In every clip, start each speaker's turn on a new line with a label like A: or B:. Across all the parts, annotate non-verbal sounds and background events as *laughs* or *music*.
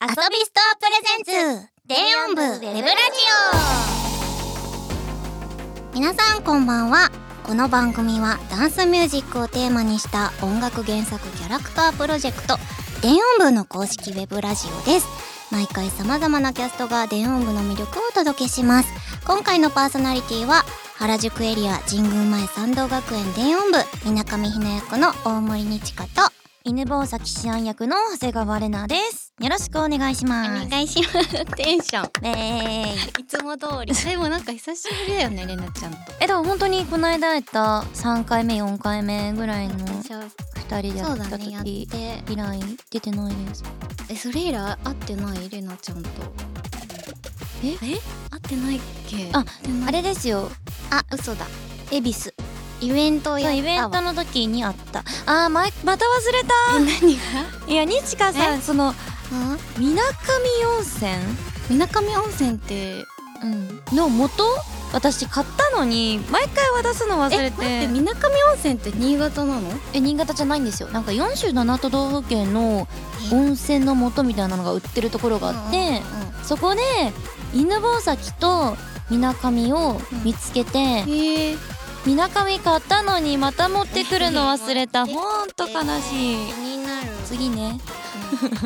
A: 遊びストアプレゼンツ電音部ウェブラジオ皆さんこんばんはこの番組はダンスミュージックをテーマにした音楽原作キャラクタープロジェクト電音部の公式ウェブラジオです毎回様々なキャストが電音部の魅力をお届けします今回のパーソナリティは原宿エリア神宮前参道学園電音部水上ひな役の大森にちかと
B: 犬坊崎志安役の長谷川玲奈です。よろしくお願いし
A: お
B: ます。
A: 願いしますテンション
B: え
A: いつも通り。 *laughs* でもなんか久しぶりだよね、れなちゃんと。
B: え、でも本当にこの間やった三回目四回目ぐらいの
A: そう
B: 二人でやった
A: だね、やっ
B: 時
A: て。
B: 以来出てないです。
A: え、それ以来会ってないれなちゃんと。
B: え
A: え会ってないっけ
B: あ
A: 会ってない
B: あれですよ。
A: あ、嘘だ。
B: 恵比寿。
A: イベントをやった
B: そう
A: わ。
B: イベントの時にあった。あーままた
A: え
B: 忘れ
A: 何
B: た。いやにちかさんその
A: が
B: 水上温泉。
A: みなかみ温泉って。
B: うん、の元私買ったのに毎回渡すの忘
A: え、
B: れ
A: 待ってて、みなかみ温泉って新潟なの
B: え新潟じゃないんですよなんか47都道府県の温泉の素みたいなのが売ってるところがあって、そこで犬吠埼とみなかみを見つけて
A: へえ。
B: みなかみ買ったのにまた持ってくるの忘れた
A: え
B: ほんと悲しい
A: になる。
B: 次ね *laughs*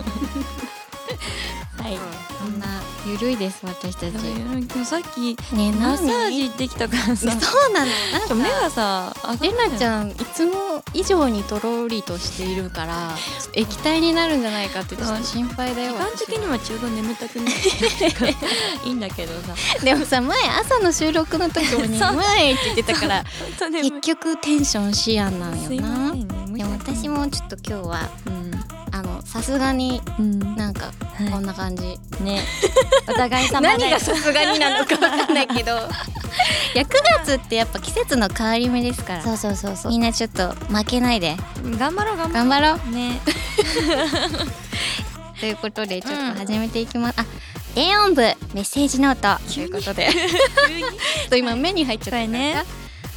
B: はい
A: こんな、ゆるいです、私た
B: でも今日さっき
A: ね、
B: マ
A: な
B: ッサージ行ってきたから
A: そ
B: さ
A: うなのなんか
B: 目がさ
C: レナち
B: ん
C: ゃんいつも以上にとろりとしているから液体になるんじゃないかってちょっと心配だ
B: 時
C: よ
B: 間的には中盤眠
C: *laughs*
B: たくないいいんだけどさ
C: でもさ前朝の収録の時もね「
B: そう
C: 前」って言ってたから
B: 本当眠い
C: 結局テンションシアンなん
B: すい
C: よ
B: ま
C: な
B: せんね
C: でも私もちょっと今日は
B: うん
C: あのさすがに
B: うん
C: なんかこんな感じ *laughs*
B: ねお互い様で
C: 何がさすがになのかわかんないけ
B: *laughs*
C: どいや9月ってやっぱ季節の変わり目ですから
B: そうそうそうそ
C: みんなちょっと負けないで
B: う頑張ろう頑張ろ
C: 頑張ろう
B: うね
C: *laughs* ということでちょっ
B: うん
C: と始めていきます、あ電音部メッセージノートということ
B: *laughs*
C: でちょっと今目に入っちゃったから
B: ね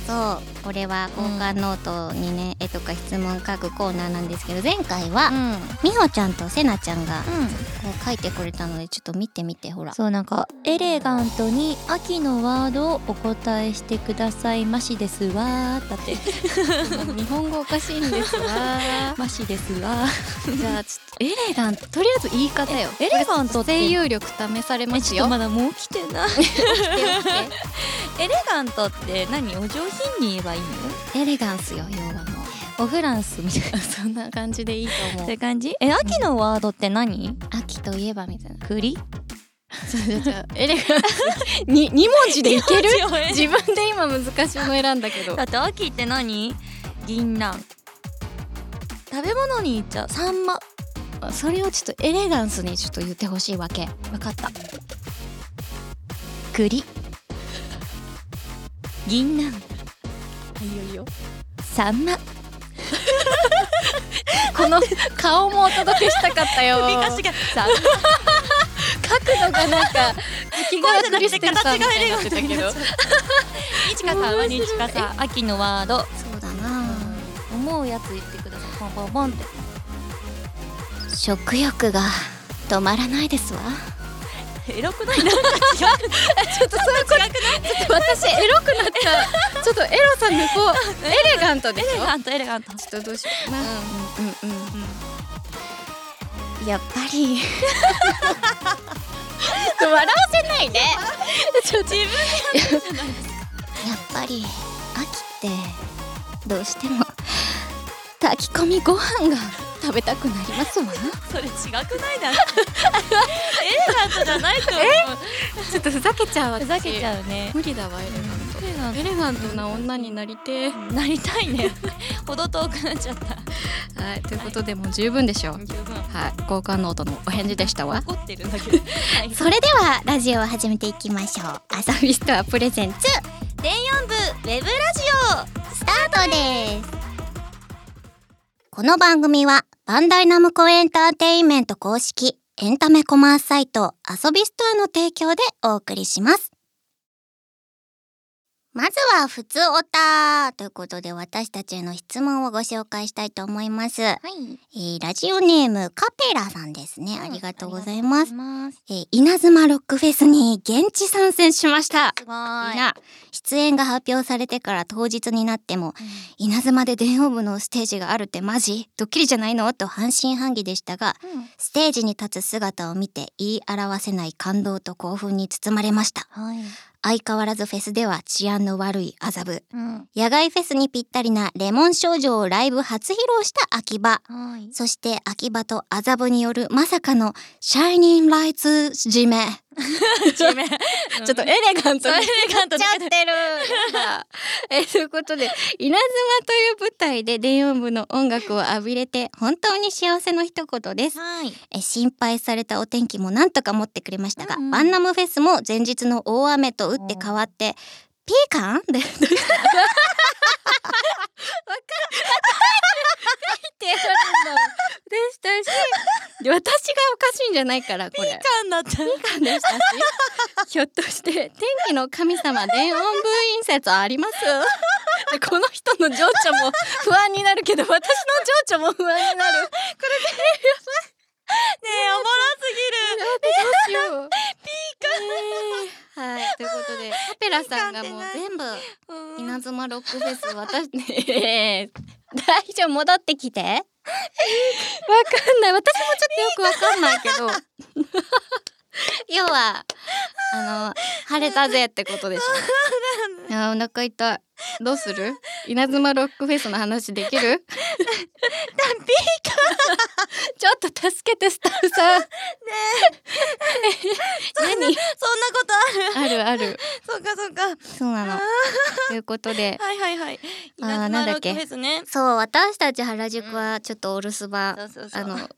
C: そうこれは交換ノートにね、絵とか質問書くコーナーなんですけど前回は、
B: ん
C: みほちゃんとせなちゃんが
B: うん
C: こう書いてくれたのでちょっと見てみてほら
B: そうなんかエレガントに秋のワードをお答えしてくださいましですわーだって
C: *laughs* 日本語おかしいんです
A: *laughs*
C: が
B: ましですわ
C: じゃあちょっとエレガントとりあえず言い方よ
B: エレガントって
C: 声優力試され
B: え
C: ます
B: ちょっ
C: よ
B: とまだもう来てないエレガントって何お上品に言えばいいの
C: エレガンスよ要はも
B: おフランスみた *laughs* いな
C: うそんな感じでいいと思
B: そういう感じえ秋のワードって何
C: 秋といえばみたいな
B: 栗
C: じゃあエレガンスに二文字でいける
B: 強 *laughs* い
C: 自分で今難しいの選んだけど *laughs*
B: だって秋って何銀杏食べ物にいっちゃうサンマ
C: それをちょっとエレガンスにちょっと言ってほしいわけ
B: 分かった栗銀杏
C: いよいよ
B: サンマ
C: この顔
B: *laughs*
C: もお届けしたかったよ角
B: がサン
C: 度
B: マ
C: がなんか滝川クリステルさんみたいになってたけど
B: こ日かさんは日かさん秋のワード
C: そうだな
B: 思うやつ言ってくださいポンポンポンって
C: 食欲が止まらないですわ
B: エロくないなんか違うちょっとそういうこと違くない
C: 私エロくなったちょっとエロさんの
B: *laughs*
C: こうエレガントで
B: エレガントエレガント
C: ちょっとどうしようかなうんうんうんやっぱり笑わせないで
B: 自分で
C: やっぱり秋ってどうしても炊き込みご飯が食べたくなりますわ
B: それ違くないだろエレガントじゃないと思う
C: ちょっと *laughs* ふざけちゃうわ
B: ふざけちゃうね
C: 無理だわエレガン
B: エレガン
C: エレガントな女になりて
B: トなりたいねほど遠くなっちゃった
C: はいということでもう十分でしょう
B: 十分
C: はい交換ノートのお返事でしたわ
B: 怒ってるんだけどはい
A: それではラジオを始めていきましょう。
C: アサビストアプレゼンツ
A: 電音部ウェブラジオスタートですこの番組はバンダイナムコエンターテインメント公式エンタメコマースサイト遊びストアの提供でお送りしますまずは、普通おたということで、私たちへの質問をご紹介したいと思います。え
B: はい
A: ーラジオネーム、カペラさんですね。ありがとうございます。
B: ありがとうございます
A: えー稲妻ロックフェスに現地参戦しました。
B: すごーい
A: な出演が発表されてから当日になっても稲妻で電音部のステージがあるってマジドッキリじゃないのと半信半疑でしたが
B: うん
A: ステージに立つ姿を見て言い表せない感動と興奮に包まれました
B: はい
A: 相変わらずフェスでは治安の悪い麻布
B: うん
A: 野外フェスにぴったりなレモン少女をライブ初披露した秋葉
B: はい
A: そして秋葉と麻布によるまさかのシャイニングライツ締め
B: ちめちょっ
A: *laughs* ちょっとエレガントに
B: エレガントに
A: 言っちゃってるえということで稲妻という舞台で電音部の音楽を浴びれて本当に幸せの一言です
B: はい
A: え心配されたお天気もなんとか持ってくれましたが、
B: うんうん
A: バンナムフェスも前日の大雨と打って変わってピーカンで
B: ってやるんだ
A: でしたし私がおかしいんじゃないからこれ
B: 感だった
A: ピーカンでしたしひょっとして天気の神様電音部員説あり *laughs* ますでこの人の情緒も不安になるけど私の情緒も不安になる
B: ねえおもろすぎ
A: ど
B: る
A: うしようピーカン、はいということでカペラさんがもう全部
B: うん
A: 稲妻ロックフェス私ねえ *laughs* 大丈夫戻ってきてわかんない私もちょっとよくわかんないけど要はあの晴れたぜってことで
B: *laughs*
A: しょあーお腹痛いどうする稲妻ロックフェスの話できるダンピーちょっと助けてスタッフさん何
B: そん
C: *laughs*
B: なことある
A: あるある
B: そうか *laughs* そうか
A: そうなのということで
B: はいはいはい
A: あーな
B: 稲
A: んだ
B: 妻ロ
A: っ
B: ッ
A: け
B: クフェスね
A: そう私たち原宿はちょっとお留守番、
B: そうそうそう
A: あの *laughs*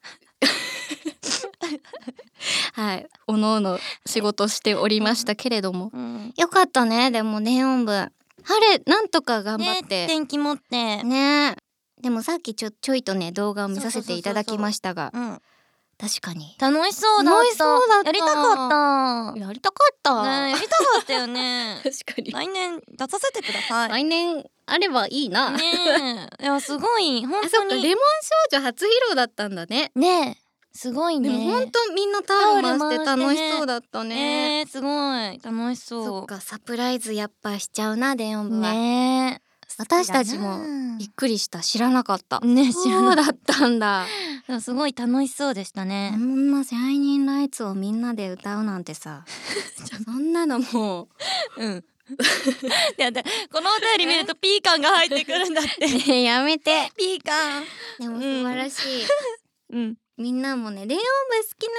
A: はいおのおの仕事しておりましたけれども
B: うん
A: よかったねでも電音部晴れなんとか頑張って
B: ね天気持って
A: ねでもさっきちょちょいとね動画を見させていただきましたが
B: うん
A: 確かに
B: 楽しそうだった
A: 楽しそうだった
B: やりたかっ
A: やりたかった
B: たねえやりたかった
A: *laughs*
B: よね
A: 確かに
B: 来年出させてください
A: 来年あればいいな、
B: ねえいやすごい本
A: あそ
B: 当
A: っかレ
B: に
A: モン少女初披露だったんだね
B: ねえすごい
A: で
B: ね
A: もほんとみんなタオル回して
B: タオル回
A: 楽
B: してね
A: しそうだったね
B: ねえすごい楽しそう
A: そっかサプライズやっぱしちゃうな電音部は、
B: ねえ
A: 私たちもびっくりした知らなかった
B: ねえ知らな
A: そうだったんだ
B: でもすごい楽しそうでした
A: こ
B: ね
A: んな「シャイニンライツ」をみんなで歌うなんて *laughs* さそんなの *laughs* もう
B: うんいやでこのお便り見るとピー感が入ってくるんだ *laughs* って
A: ねえやめて
B: ピー感
A: でも素晴らしい、
B: うん
A: みんなもね電音部好きな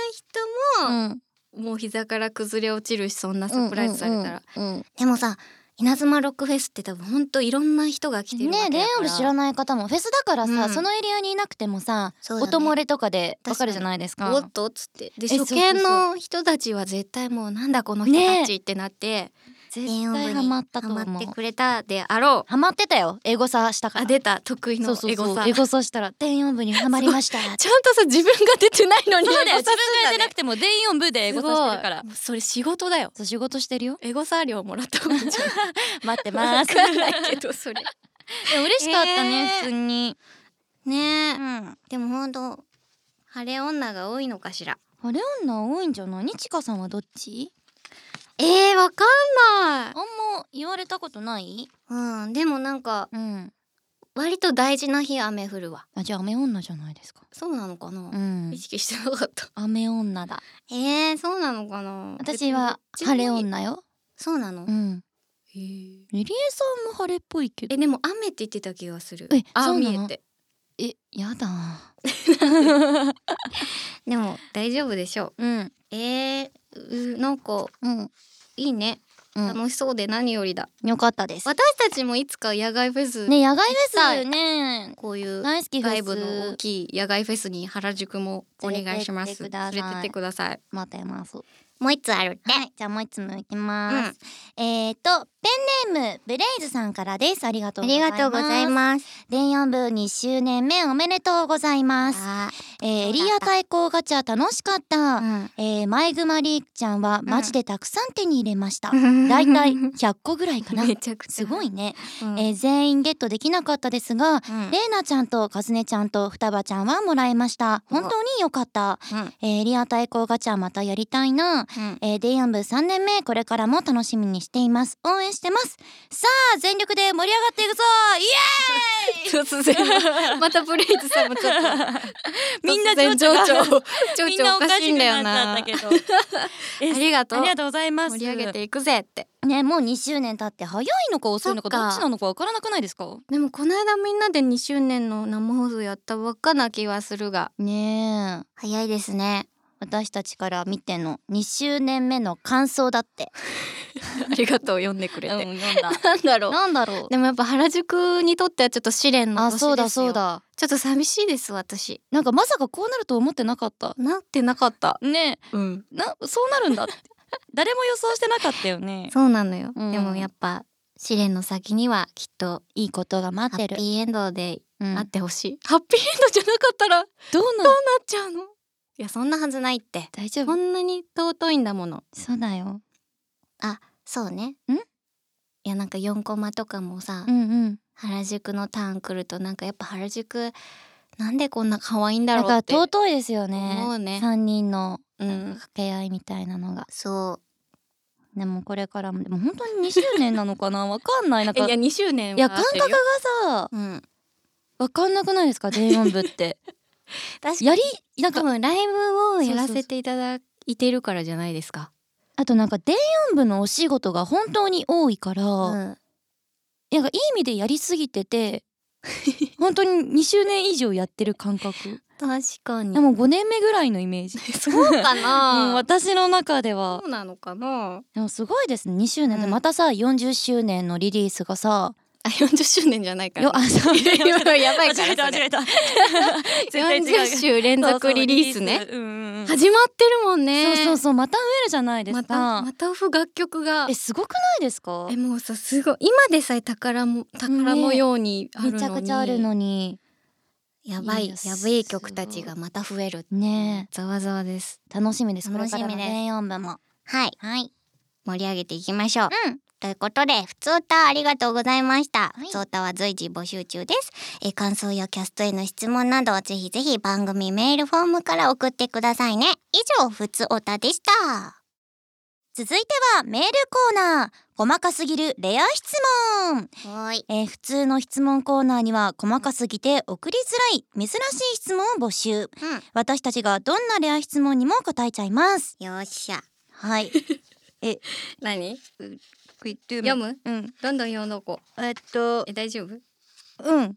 A: 人も、
B: ん
A: もう膝から崩れ落ちるしそんなサプライズされたら、
B: うんうんうん
A: でもさ稲妻ロックフェスって多分ほんといろんな人が来てるわ
B: ね
A: けだから
B: レオン知らない方もフェスだからさ、
A: うん
B: そのエリアにいなくてもさ、
A: そうだね
B: 音漏れとかでわかるじゃないですか
A: おっとっつってで
B: え
A: 初見の人たちは絶対もうなんだこの人
B: ねえ
A: たちってなって、
B: 絶
A: 電音部
B: 対
A: に
B: ハマったと
A: ハマ
B: 思
A: っ
B: う
A: てくれたであろ
B: ハマってたよエゴサした
A: う
B: か
A: あ
B: ら
A: 出た得意
B: そ
A: の
B: うそう
A: エゴ
B: そ
A: サ
B: うエゴサしたら電音部にハマりました
A: ちゃんとさ自分が出てないのに *laughs*
B: そうだよ
A: エ
B: 自
A: ゴサ
B: 分
A: す
B: が
A: るん
B: 出
A: だ
B: な
A: ね
B: くても全員音部でエゴサしてるか
A: す
B: ら
A: ごいもうそれ仕事だよ
B: そう仕事してるよ
A: エゴサ料もらった方がいいんじゃない
B: *laughs* 待ってます *laughs*
A: わかん *laughs* ないけどそれ
B: でも嬉しかったね、
A: えー
B: 普通に
A: ねえ、
B: うん
A: でもほんと晴れ女が多いのかしら
B: あれ女多いんじゃないにちかさんはどっち
A: えー、わかん
B: あんま言われたことない
A: ないうんでもなんか
B: うん
A: 割と大事な日雨降るわ
B: あじゃあ雨女じゃないですか
A: そうなのかな、
B: うん
A: 意識してなかった
B: 雨女だ
A: *laughs* えー、そうなのかな
B: 私は晴れ
A: 別に
B: 女よ
A: そうなの、
B: うん
A: へー
B: ゆりえさんも晴れっぽいけど
A: えでも雨って言ってた気がする
B: え
A: あ
B: そうなの
A: 見えて
B: えやだ
A: でも大丈夫でしょ
B: うん
A: うえー、うなんか
B: うん
A: いいね
B: う
A: 楽しそうで何よりだ、
B: んよかったです
A: 私たちもいつか野外フェス、
B: ね野外フェスね
A: こういう
B: 大好きフェス
A: 外部の大きい野外フェスに原宿もお願いします
B: 連れてってください
A: 連れてってください
B: 待ってます
A: もう一つあるって、
B: はい、じゃあもう一つもいきます。えっ、と、ペンネーム、ブレイズさんからです。ありが
A: あ
B: とうござい
A: り
B: ます。
A: がとうございます
B: 電4部2周年目おめでとうございます。
A: あ
B: えー、エリア対抗ガチャ楽しかった。
A: ー
B: えー、マイグマリーちゃんはマジでたくさん手に入れました。
A: うん
B: だい
A: *laughs*
B: たい100個ぐらいかな。
A: めちゃくちゃ
B: す
A: *laughs*
B: ごいね、
A: うん
B: えー全員ゲットできなかったですが、
A: うん
B: レイナちゃんとカズネちゃんと双葉ちゃんはもらいました。本当に良かった。
A: うん
B: えー、リア対抗ガチャまたやりたいな。
A: うん
B: えー、デイアンブ3年目これからも楽しみにしています。応援してます。さあ全力で盛り上がっていくぞイエーイ
C: 突
B: *laughs*
C: *laughs* 然またブレイズさんもちょっと
B: みんな
C: 突然
B: *laughs*
C: 情緒
B: 情緒
C: が情緒おかしいんだよな *laughs*
B: みんなおかしくなっちゃったけど
C: ありがとう
B: ありがとうございます
C: 盛り上げていくぜって
B: ねもう2周年経って早いのか遅いのか
C: そっ
B: ど
C: か
B: っちなのかわからなくないですか
C: でもこの間みんなで2周年の生放送やったばっかな気はするが
B: ねえ
C: 早いですね
B: 私たちから見ての2周年目の感想だって
C: ありがとう読んでくれて、
B: うん読ん
C: *laughs*
B: だ
C: なんだろう
B: なんだろう
C: でもやっぱ原宿にとってはちょっと試練の
B: あ
C: 年ですよ
B: そうだそうだ
C: ちょっと寂しいです私
B: なんかまさかこうなると思ってなかった
C: なってなかった
B: ね
C: うん
B: えなそうなるんだって *laughs* 誰も予想してなかったよね
C: そうなのよ、
B: うん
C: でもやっぱ試練の先にはきっと
B: いいことが
C: ハ
B: 待って
C: ッ
B: る
C: ピーエンドで
B: うん
C: あってほしい、ハッピーエンドじゃなかったらなっ
B: どうなの
C: ちゃうのいやそんなはずないって
B: 大丈
C: こんなに尊いんだもの
B: そうだよ
C: そうね
B: ん
C: いやなんか4コマとかもさ、
B: うんうん
C: 原宿のターン来るとなんかやっぱ原宿なんでこんな可愛いんだ
B: だ
C: ろ
B: か
C: う
B: ら
C: って
B: 尊いですよね
C: 思うね
B: 3人の
C: う
B: なんか
C: ん
B: 掛け合いみたいなのが
C: そう
B: でもこれからもでも本当に2周年なのか *laughs* なわかんないなん
C: え
B: か
C: いや2周年
B: いや感覚がさ
C: うん
B: わかんなくないですか *laughs* 全音部って
C: 確か
B: やりなん
C: 多
B: か
C: 分ライブをやら
B: そうそう
C: せていただいてるからじゃないですか
B: あとなんか電音部のお仕事が本当に多いから、
C: うん
B: なんかいい意味でやりすぎて *laughs* て本当に2周年以上やってる感覚
C: 確かに
B: でも5年目ぐらいのイメージ *laughs* そう
C: か
B: うん、
C: な
B: 私の中では
C: うなのかな
B: でもすごいですね2周年で
C: うん
B: またさ40周年のリリースがさ、
C: あ40周年じゃないか
B: よ
C: ら *laughs*
B: あそう
C: やばい
B: *laughs* 間
C: か
B: 違えた
C: らそれ
B: 間違えた
C: *laughs*
B: 絶対違う
C: 40週連続リリースね
B: そうそうリリースうんうんうん
C: 始まってるもんね
B: そうそうそうまた増えるじゃないです
C: ま
B: か、
C: たまたふ楽曲が
B: えすごくないですか
C: えもうさすごい今でさえ宝も宝のようにあるの
B: め
C: に、
B: ちゃくちゃあるのに
C: やば
B: い
C: い
B: や
C: や
B: す
C: ばい曲たちがまた増える
B: ね
C: ざわざわです
B: え楽しみです
A: 楽しみです
B: これからの全音部も
A: はい
B: はい
A: 盛り上げていきましょう
B: うん
A: ということで、ふつおたありがとうございました。
B: い
A: ふつおたは随時募集中です。えー感想やキャストへの質問など、ぜひぜひ番組メールフォームから送ってくださいね。以上、ふつおたでした。
B: 続いてはメールコーナー細かすぎるレア質問
A: はい。
B: えー普通の質問コーナーには細かすぎて送りづらい珍しい質問を募集私たちがどんなレア質問にも答えちゃいます
A: よっしゃ。
B: はい
C: *laughs* 何
B: 読
C: 読む
B: うん
C: どんどん読んどこう
B: えっと
C: え大丈夫
B: うん
C: 何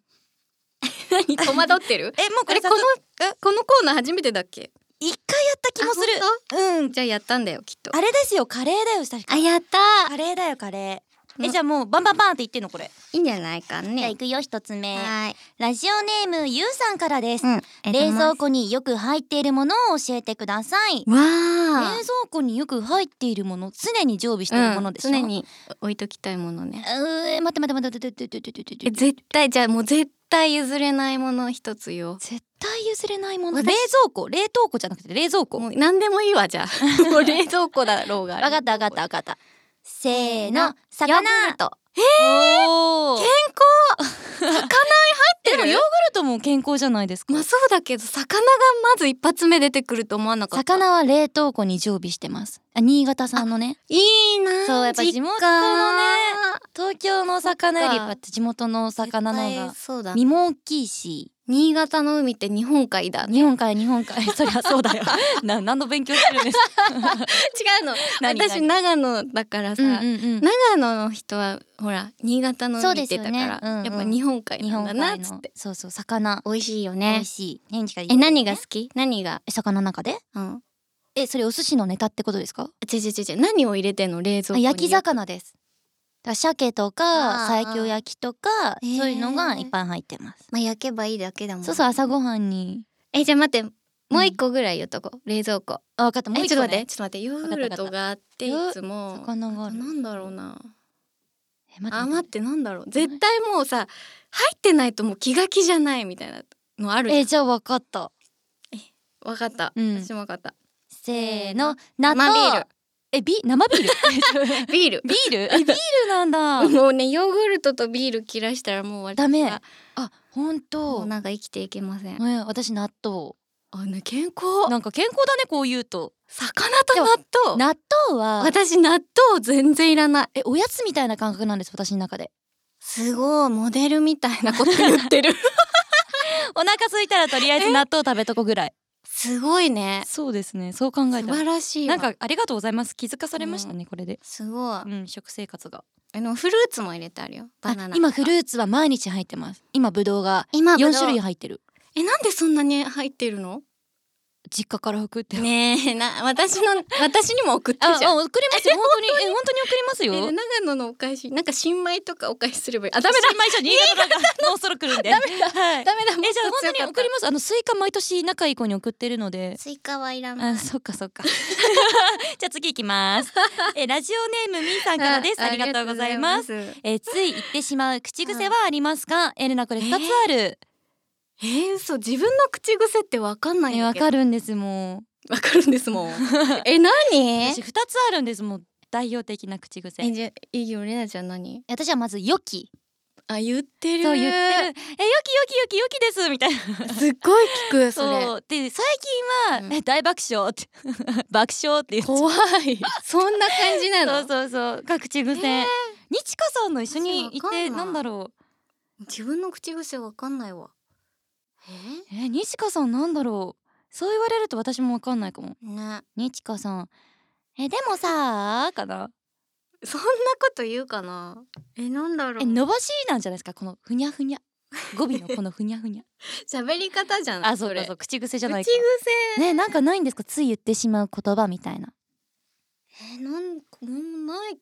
C: 戸惑ってる
B: えもうこ
C: あ
B: れ
C: れ
B: こ
C: この
B: の
C: えこのコーナー初めてだっけ
B: 一回やった気もする
C: あ本
B: うん
C: じゃあやったんだよきっと
B: あれですよカレーだよ確か
C: あやった
B: *laughs* カレーだよカレー
C: う
B: え
C: ん
B: じゃあもうバンバンバンって言ってんのこれ
C: いいんじゃないかね
B: じゃあ行くよ一つ目
A: はい。
B: ラジオネームゆうさんからです
A: うん。
B: 冷蔵
A: 庫。
B: 庫によく入っているものを教えてください
C: わ
B: 冷
C: あ、
B: 蔵庫によく入っているもの常に常備しているものでしょ、
C: 常に置いときたいものね
B: うー待って待って待って待って待って待って待
C: え
B: って
C: 絶対じゃあもう絶対譲れないもの一つよ
B: 絶対譲れないもの冷
C: 私
B: 蔵庫冷凍庫じゃなくて冷蔵庫
C: も
B: わ
C: う何でもいいわじゃ *laughs* あもう冷蔵庫だろうが
B: かったわかったわかったせーの
C: ヨー
B: 魚
C: グルト
B: おー健 *laughs*
C: てる
B: 康でもヨーグルトも健康じゃないですか、
C: まあそうだけど魚がまず一発目出てくると思わなかった
B: 魚は冷凍庫に常備してますあ新潟産のね
C: いいな
B: そうやっぱ地元のね東京のお魚よ
C: そ
B: り
C: っか
B: やっぱ地元のお魚の方が
C: そうだ
B: 身も大きいし
C: 新潟の海って日本海だ *laughs* 違
B: 日本海日本海 *laughs* そりゃそうだよな何の勉強してるんです
C: うの
B: 何
C: 私
B: 何
C: 長野だからさ、
B: ん
C: 長野の人はほら新潟の
B: そう
C: 海
B: で
C: って
B: すよ
C: たか
B: ね
C: ら、
B: うんうん
C: やっぱ日本海
B: 日
C: な
B: 本
C: んだ
B: 海
C: なっ
B: の
C: つって
B: そうそう魚
C: 美味しいよ
B: 美
C: ね
B: 味しい何がいい
C: え何が
B: え
C: 好き何が
B: 魚の中で
C: うん
B: えそれお寿司のネタってことですか
C: 違う違う違う何を入れてんの冷蔵庫
B: あ
C: に
B: 焼き魚ですだから鮭とか
A: あー
B: 西京焼きとか
C: えー
B: そういうのがいっぱい入ってます
C: まあ、焼けばいいだけだもん
B: そうそう朝ごはんに
C: えじゃあ待ってもう一個ぐらい言っとこう冷蔵庫
B: あ分かったもう
C: え
B: 一
C: ちょっと待っ
B: 個、
C: て
B: ね、
C: ちょっと待ってヨーグルトがあってい
B: わかった
C: つも
B: 魚があ
C: あ
B: る
C: なんだろうな
B: え待
C: あ
B: って
C: 待ってなんだろう絶対もうさ入ってないともう気が気じゃないみたいなのあるじゃん
B: えじゃあ分かった
C: わかった、
B: うん
C: 私もわかった
B: せーの納
C: 生
B: 豆
C: ビール
B: えビ生ビール
C: ビール
B: *laughs* ビールえビールなんだ *laughs*
C: もうねヨーグルトとビール切らしたらもう私は
B: ダメあ本
C: もう
B: 当
C: なんか生きていけません
B: え私納豆
C: あね健康
B: なんか健康だねこう言うと
C: 魚と納豆
B: 納豆は
C: 私納豆全然いらない
B: えおやつみたいな感覚なんです私の中です
C: ごいモデルみたいなこと言ってる
B: お腹空いたらとりあえず納豆食べとこぐらい
C: *laughs* すごいね
B: そうですねそう考
C: 素
B: えた
C: 晴
B: ら
C: らしい
B: な
C: わ
B: んかありがとうございます気づかされましたね、これです
C: ごい
B: うん食生活が
C: あのフルーツも入れてあるよバナナ
B: あ今フルーツは毎日入ってます今ぶどうが
C: 今ブド
B: 四
C: ウ
B: 種類入ってる
C: えなんでそんなに入ってるの
B: 実家から送って
C: ねえな私の私にも送って
B: あ
C: じゃ
B: あ
C: ん
B: 送りますよ本当にえ本当に送ります
C: え長
B: よ
C: 野のお返しなんか新米とかお返しすればいいあダメだ
B: 新米所新潟だからもうそろ来るんで *laughs* ダメだ、はい、
C: ダメだも
B: えじゃあ本当に送り
C: ま
B: ますあのスイカ毎年仲いい子に送ってるのです
C: スイカはいらない
B: あそっか *laughs* そっかじゃあ次行きますえラジオネームみーさんからですありがとうございます
C: すえ
B: えつい言ってしまう口癖はありますか、エレナこれ二つある
C: ー、嘘自分の口癖ってわかんないん
B: え
C: だ
B: わ
C: けど
B: かるんですも
C: わかるんですもんえ
B: う
C: 何
B: 私二つあるんですもう代表的な口癖
C: えじゃいいよレナちゃん何
B: 私はまず良き
C: あ言ってる
B: そう言ってるえ良き良き良き良きですみたいな
C: すっごい聞
B: *laughs*
C: くそれ
B: そうで最近は、
C: うん
B: え大爆笑って *laughs* 爆笑って言っちゃう
C: 怖いそんな感じなの
B: そうそうそうが口癖、
C: えー
B: にちかさんの一緒にい
C: 私わかんな
B: て
C: い
B: なんだろ
C: 自分の口癖わかんないわえ
B: うえー、にちかさんなんだろうそう言われると私もわかんないかも
C: ね
B: にちかさんえでもさーかな
C: そんなこと言うかなえなんだろ
B: え伸ばしなんじゃないですかこのふにゃふにゃ語尾のこのふにゃ
C: *laughs*
B: ふにゃ
C: 喋り方じゃない
B: あそう
C: れ
B: かそう口癖じゃ
C: 口
B: ない
C: 癖
B: かねなんかないんですかつい言ってしまう言葉みたいな
C: えなんかもうない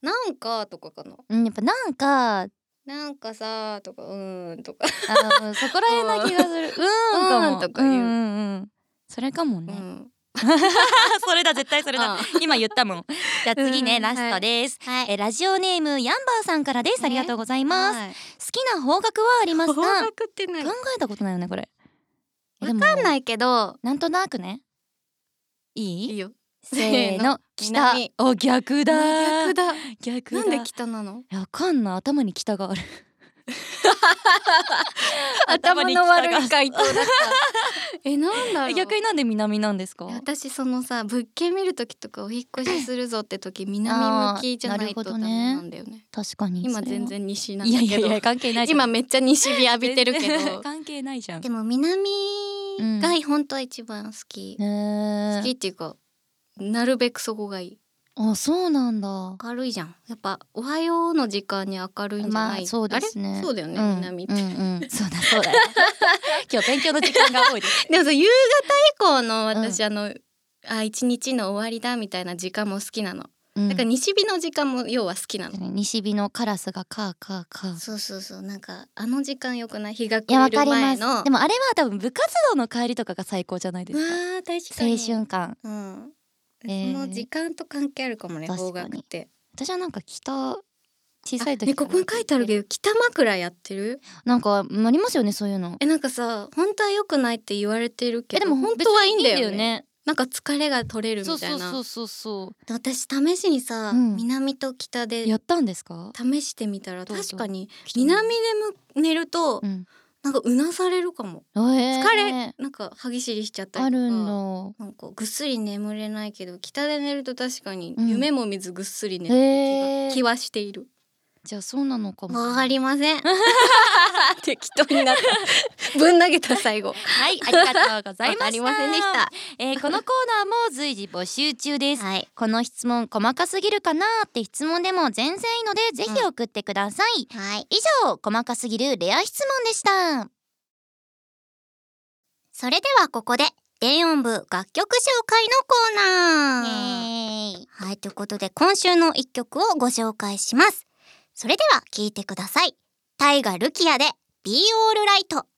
C: なんかとかかな
B: うんやっぱなんかあ
C: なんかさとかうーんとか
B: のそこら辺な気がするうーんかも
C: うーんとか言うん
B: んうんそれかもね、
C: ん
B: あそれだ絶対それだ、今言ったもんじゃあ次ね、
C: うん
B: ラストです、
C: は
B: えラジオネームヤンバーさんからです、
C: ね
B: ありがとうございます、
C: はい
B: 好きな方角はあります
C: 方
B: か
C: 角
B: 考
C: ってないわ
B: えたことないよねこれえで
C: かん
B: も
C: ないけど
B: なんとなくねいい
C: いいよ
B: せーの
C: せー
B: 北
C: の南
B: お逆だ
C: 逆だ
B: 逆だ
C: なんで北なの
B: いやわかんない頭に北 *laughs* がある
C: 頭
B: に
C: の悪
B: 北
C: い回答だった
B: *laughs*
C: えなんだろ
B: が
C: う
B: 逆になんで南なんですか
C: 私そのさ物件見る時とかお引っ越しするぞって時南向きじゃないと
B: あーなるほ
C: ダ
B: ど
C: メ
B: ね
C: なんだよね
B: 確かに
C: 今
B: それは
C: 全然西なん
B: い
C: だ
B: や
C: け
B: い
C: ど
B: やいや関係ないじゃん
C: 今めっちゃ西日浴びてるけ
B: 全然
C: ど
B: 関係ないじゃん
C: でも南 *laughs* が本当は一番好き、
B: ね
C: 好きっていうかなるべくそこがいい
B: あそうなんだ
C: 明るいじゃんやっぱおはようの時間に明るいんじゃない、
B: まあそうですね
C: あれそうだよね、
B: うん
C: 南って、
B: うんうんそうだそ
C: *laughs*
B: うだ今日勉強の時間が多いです
C: でもさ夕方以降の私、あのあ一日の終わりだみたいな時間も好きなの
B: だ
C: *laughs* だから西日の時間も要は好きなの、
B: 西日のカラスがカーカーカー
C: そうそうそうなんかあの時間よくない日が
B: い
C: 暮
B: や
C: れ
B: わ
C: る
B: かりま
C: 前
B: す
C: の
B: でもあれは多分部活動の帰りとかが最高じゃないですか
C: わあ確か
B: 青
C: に
B: 春感
C: うん、
B: えー
C: その時間と関係あるかもね
B: 確か
C: 方
B: に
C: 角って
B: 私はなんか北小さい
C: あ
B: 時
C: ねここに書いてあるけ
B: ど
C: ど北枕やってる
B: なんかありますよねそういうの
C: えなんかさ本当は良くないって言われてるけど
B: えでも
C: 本
B: 別
C: 当はいいん
B: に
C: だよねなんか疲れが取れるみた
B: そ
C: いうな
B: そうそうそうそ
C: 私試しにさ、
B: うん
C: 南と北で
B: うやったんですか
C: 試してみたら
B: どうぞ
C: 確かに南でむ寝ると
B: うん
C: なんかうなされるかも、
B: 疲
C: 疲れなんか歯ぎしりしちゃったりとか
B: あるんだ
C: なんかぐっすり眠れないけど北で寝ると確かに
B: うん
C: 夢も見ずぐっすり寝
B: へ
C: る気
B: ー
C: が気はしている。
B: じゃあそうなのかも
C: わかりません。 *laughs* 適当に
A: *laughs*
C: なった。ぶん投げた最後。
B: はい、ありがとうございまし
C: わ
B: た。
C: かりませんでした。
B: えーこのコーナーも随時募集中です。
C: はい。
B: この質問細かすぎるかなって質問でも全然いいのでぜひ送ってください、
A: はい。
B: 以上細かすぎるレア質問でした
A: それではここで、電音部楽曲紹介のコーナー。
B: イエーイ
A: はい、ということで今週の一曲をご紹介します。それでは聴いてください。タイガルキアで Be All Right。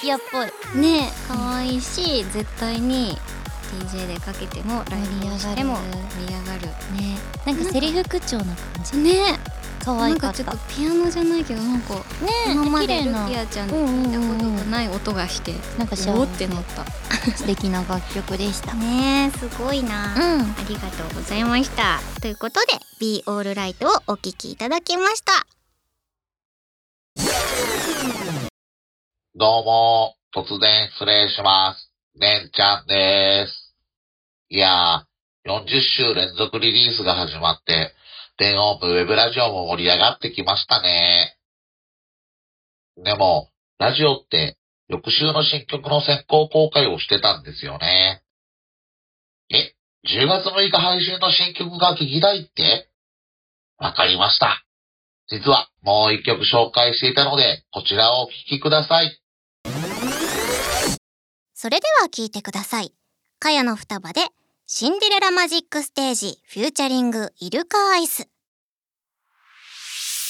B: キヤっぽい
A: ねえ可愛いし絶対に DJ でかけてもライブをしても盛り上がる
B: ねなんかセリフ口調な感じ
A: ね
B: 可
A: な
B: 愛
A: ん
B: か
A: か
B: っ
A: ち
B: た
A: ょっとピアノじゃないけどなんか
B: ね
A: 今ま
B: 綺
A: で
B: 麗
A: ル
B: な
A: キアちゃんで聞いたことがない音がして
B: なんか幸
A: おおっ
B: せ
A: てなった
B: 素敵な楽曲でしたうん
A: ねえすごいな
B: あ
A: ありがとうございましたということで「Be All Right」をお聞きいただきました
D: どうも、突然失礼します。ねんちゃんです。いやー、40週連続リリースが始まって、電音部ウェブラジオも盛り上がってきましたね。でも、ラジオって、翌週の新曲の先行公開をしてたんですよね。え、10月6日配信の新曲が聞きたいってわかりました。実はもう一曲紹介していたので、こちらをお聴きください。
A: それでは聞いてください「かやの双葉」で「シンデレラマジックステージフューチャリングイルカアイス」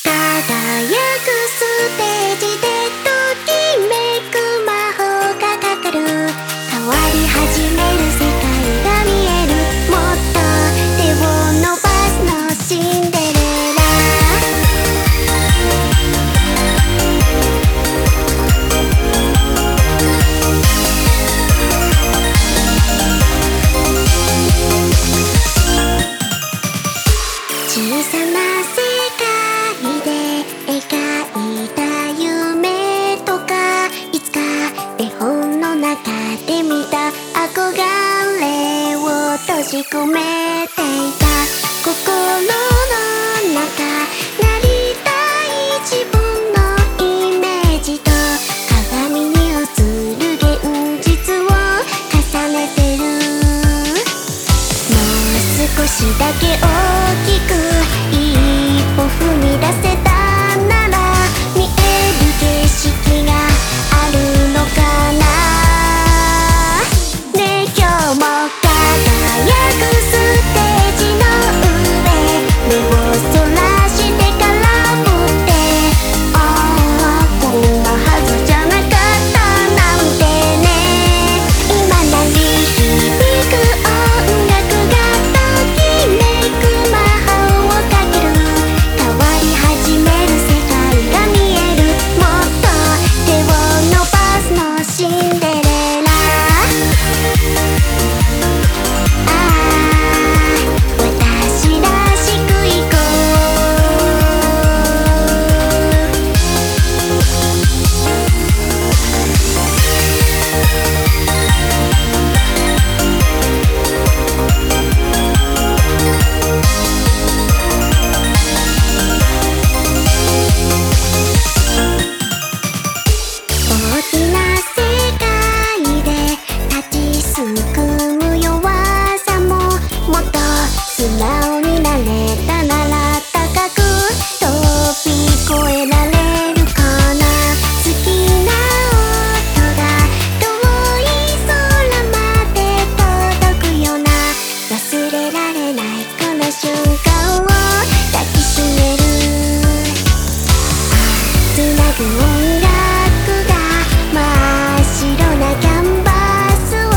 E: 輝くステージでときめく魔法がかかる変わり始める世界が見えるもっと手を伸ばすのシンデレラ小さな世界で描いた夢とかいつか絵本の中で見た憧れを閉じ込めていた心の中なりたい自分のイメージと鏡に映る現実を重ねてるもう少しだけ大きく一歩踏み出せたなら見える景色があるのかなねえ今日も輝くステージの上目をそらしてから振ってああこんなはずじゃなかったなんてね今鳴り響く音楽がときめく魔法をかける変わり始める世界が見えるもっと手を伸ばすのシンデレラああ私らしく行こう大きな世界で立ちすくむ弱さももっと素直になれたなら高く飛び越えられるかな好きな音が遠い空まで届くような忘れられないこの瞬間を抱きしめるつなぐ音楽が真っ白なキャンバスを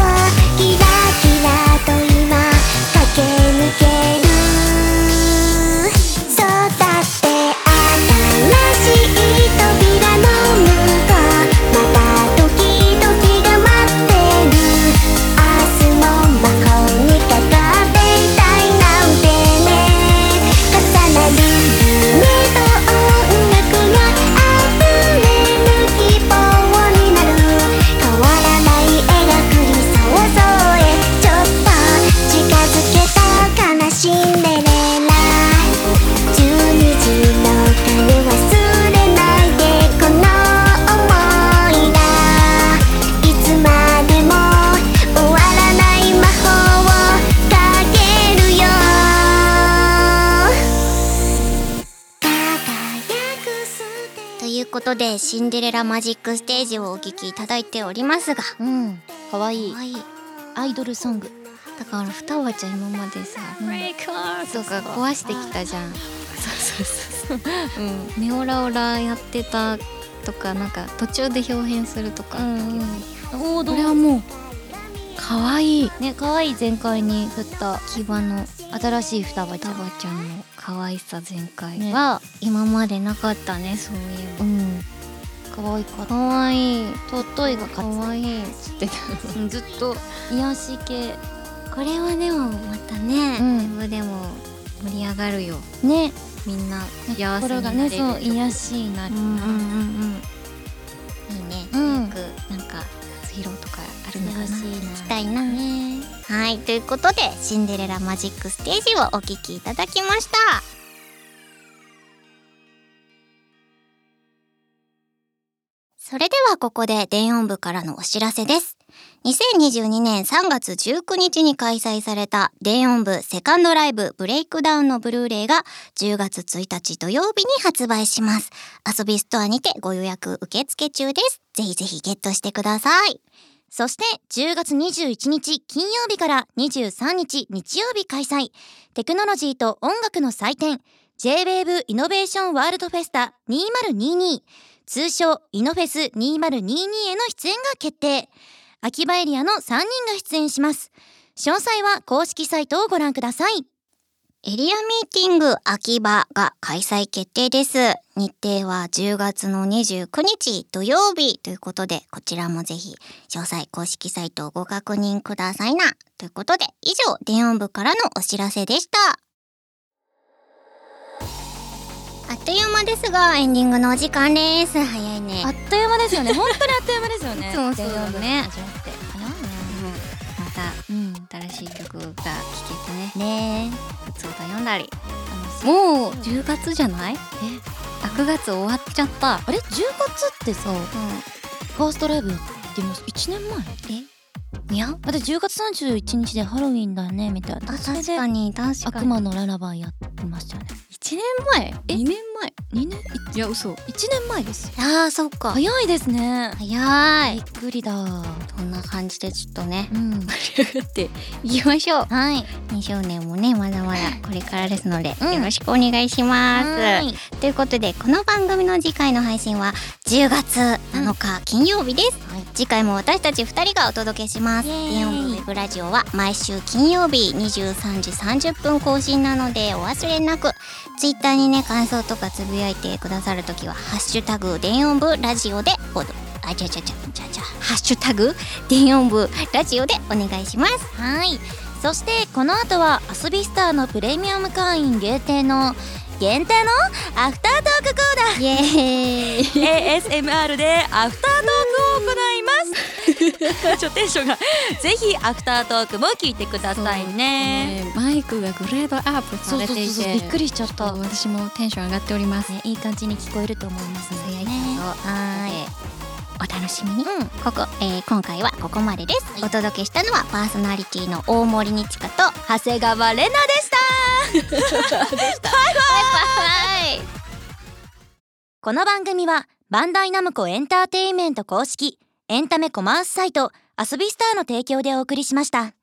E: キラキラと今駆け抜けるそうだって新しい扉の向こうまたドキドキが待ってる明日の魔法にかかっていたいなんてね重なる夢と音楽が溢れる希望になる変わらない絵が繰り想像へちょっと近づけたかなシンデレラ12時の鐘忘れないでこの想いがいつまでも終わらない魔法をかけるよ
A: ということでシンデレラマジックステージをお聞きいただいておりますが
B: うん可愛い
A: はい
B: アイドルソング
A: だから双葉ちゃん今までさ、とか壊してきたじゃんそうそうそうそう、うん、メオラオラやってた
C: とかなんか途中で表現するとかあったけど、
B: 王道
C: これはもう可愛い
B: ね可愛い全開に振った
C: 牙の
B: 新しい双葉ちゃ
C: タ
B: ん
C: バちゃんの可愛さ全開
B: ね
C: は今までなかったねそういえば
B: うん可愛かった
C: 可愛い
B: 尊いが
C: 可
B: 勝
C: 愛いっつってたずっと
B: つ癒し系
A: これはでもまたね、
B: うん
C: ライブでも盛り上がるよ
B: ね
C: みんな幸せになれ
B: 心
C: る
B: がねそう
C: い
B: 癒しになる
C: うんうん
B: うん
C: いね、
B: うん
C: よくなんか初披露とかあるのかな
B: 楽しいな
A: したいな、はいということでシンデレラマジックステージをお聴きいただきましたそれではここで電音部からのお知らせです2022年3月19日に開催された電音部セカンドライブブレイクダウンのブルーレイが10月1日土曜日に発売します遊びストアにてご予約受付中ですぜひぜひゲットしてくださいそして10月21日金曜日から23日日曜日開催テクノロジーと音楽の祭典 JWAVE イノベーションワールドフェスタ2022通称イノフェス2022への出演が決定秋葉エリアの3人が出演します詳細は公式サイトをご覧くださいエリアミーティング秋葉が開催決定です。日程は10月の29日土曜日ということで、こちらもぜひ詳細公式サイトをご確認くださいな。ということで、以上、電音部からのお知らせでした。あっという間ですが、エンディングのお時間です。早いね。
B: あっという間ですよね本当にあっという間ですよね
C: *laughs* そうそうだね
B: 始まって
C: うんま
B: うん
C: た新しい曲が聴けてね
B: ね
C: 普通歌読んだり
B: え
C: もう10月じゃないえ9月終わっちゃった
B: あれ10月ってさファーストライブやってます1年前
C: いや
B: だって10月31日でハロウィンだねみたいな
C: あ
B: それで
C: 確かに確かに
B: 悪魔のララバイやってましたよね
C: 1年前2年前
B: 2年
C: いや嘘
B: 1年前ですよ
C: あーそっか
B: 早いですね
C: 早
B: び
C: い
B: っくりだ
C: こんな感じでちょっとね
B: うん
C: っていきましょう
B: はい
C: 2周年もねまだまだこれからですので、
B: うん
C: よろしくお願いします、
B: はい
A: ということでこの番組の次回の配信は10月7日金曜日です、
B: はい
A: 次回も私たち2人がお届けします
B: イエーイ
A: 電音部ウェブラジオは毎週金曜日23時30分更新なのでお忘れなくツイッターにね感想とかつぶやいてくださるときは「ハッシュタグ電音部ラジオで」おどあちゃちゃちゃちゃちゃハッシュタグ電音部ラジオでお願いします
B: はいそしてこの後は遊びスターのプレミアム会員限定の限定のアフタートークコーナー
A: イエーイ
B: ASMR でアフタートークを行います *laughs* ちょっとテンションがぜひアフタートークも聞いてくださいね
C: ねマイクがグレードアップされていて
B: びっくりしちゃっ、
C: ちょったと
B: ね、
C: 私もテンション上がっております、
B: いい感じに聞こえると思いますのでね
A: はいお楽しみに、
B: うん
A: ここ、えー今回はここまでです、お届けしたのはパーソナリティの大森にちかと
B: 長谷川玲 *laughs* 奈でしたバイバイこの番組はバンダイナムコエンターテインメント公式エンタメコマースサイト遊びスターの提供でお送りしました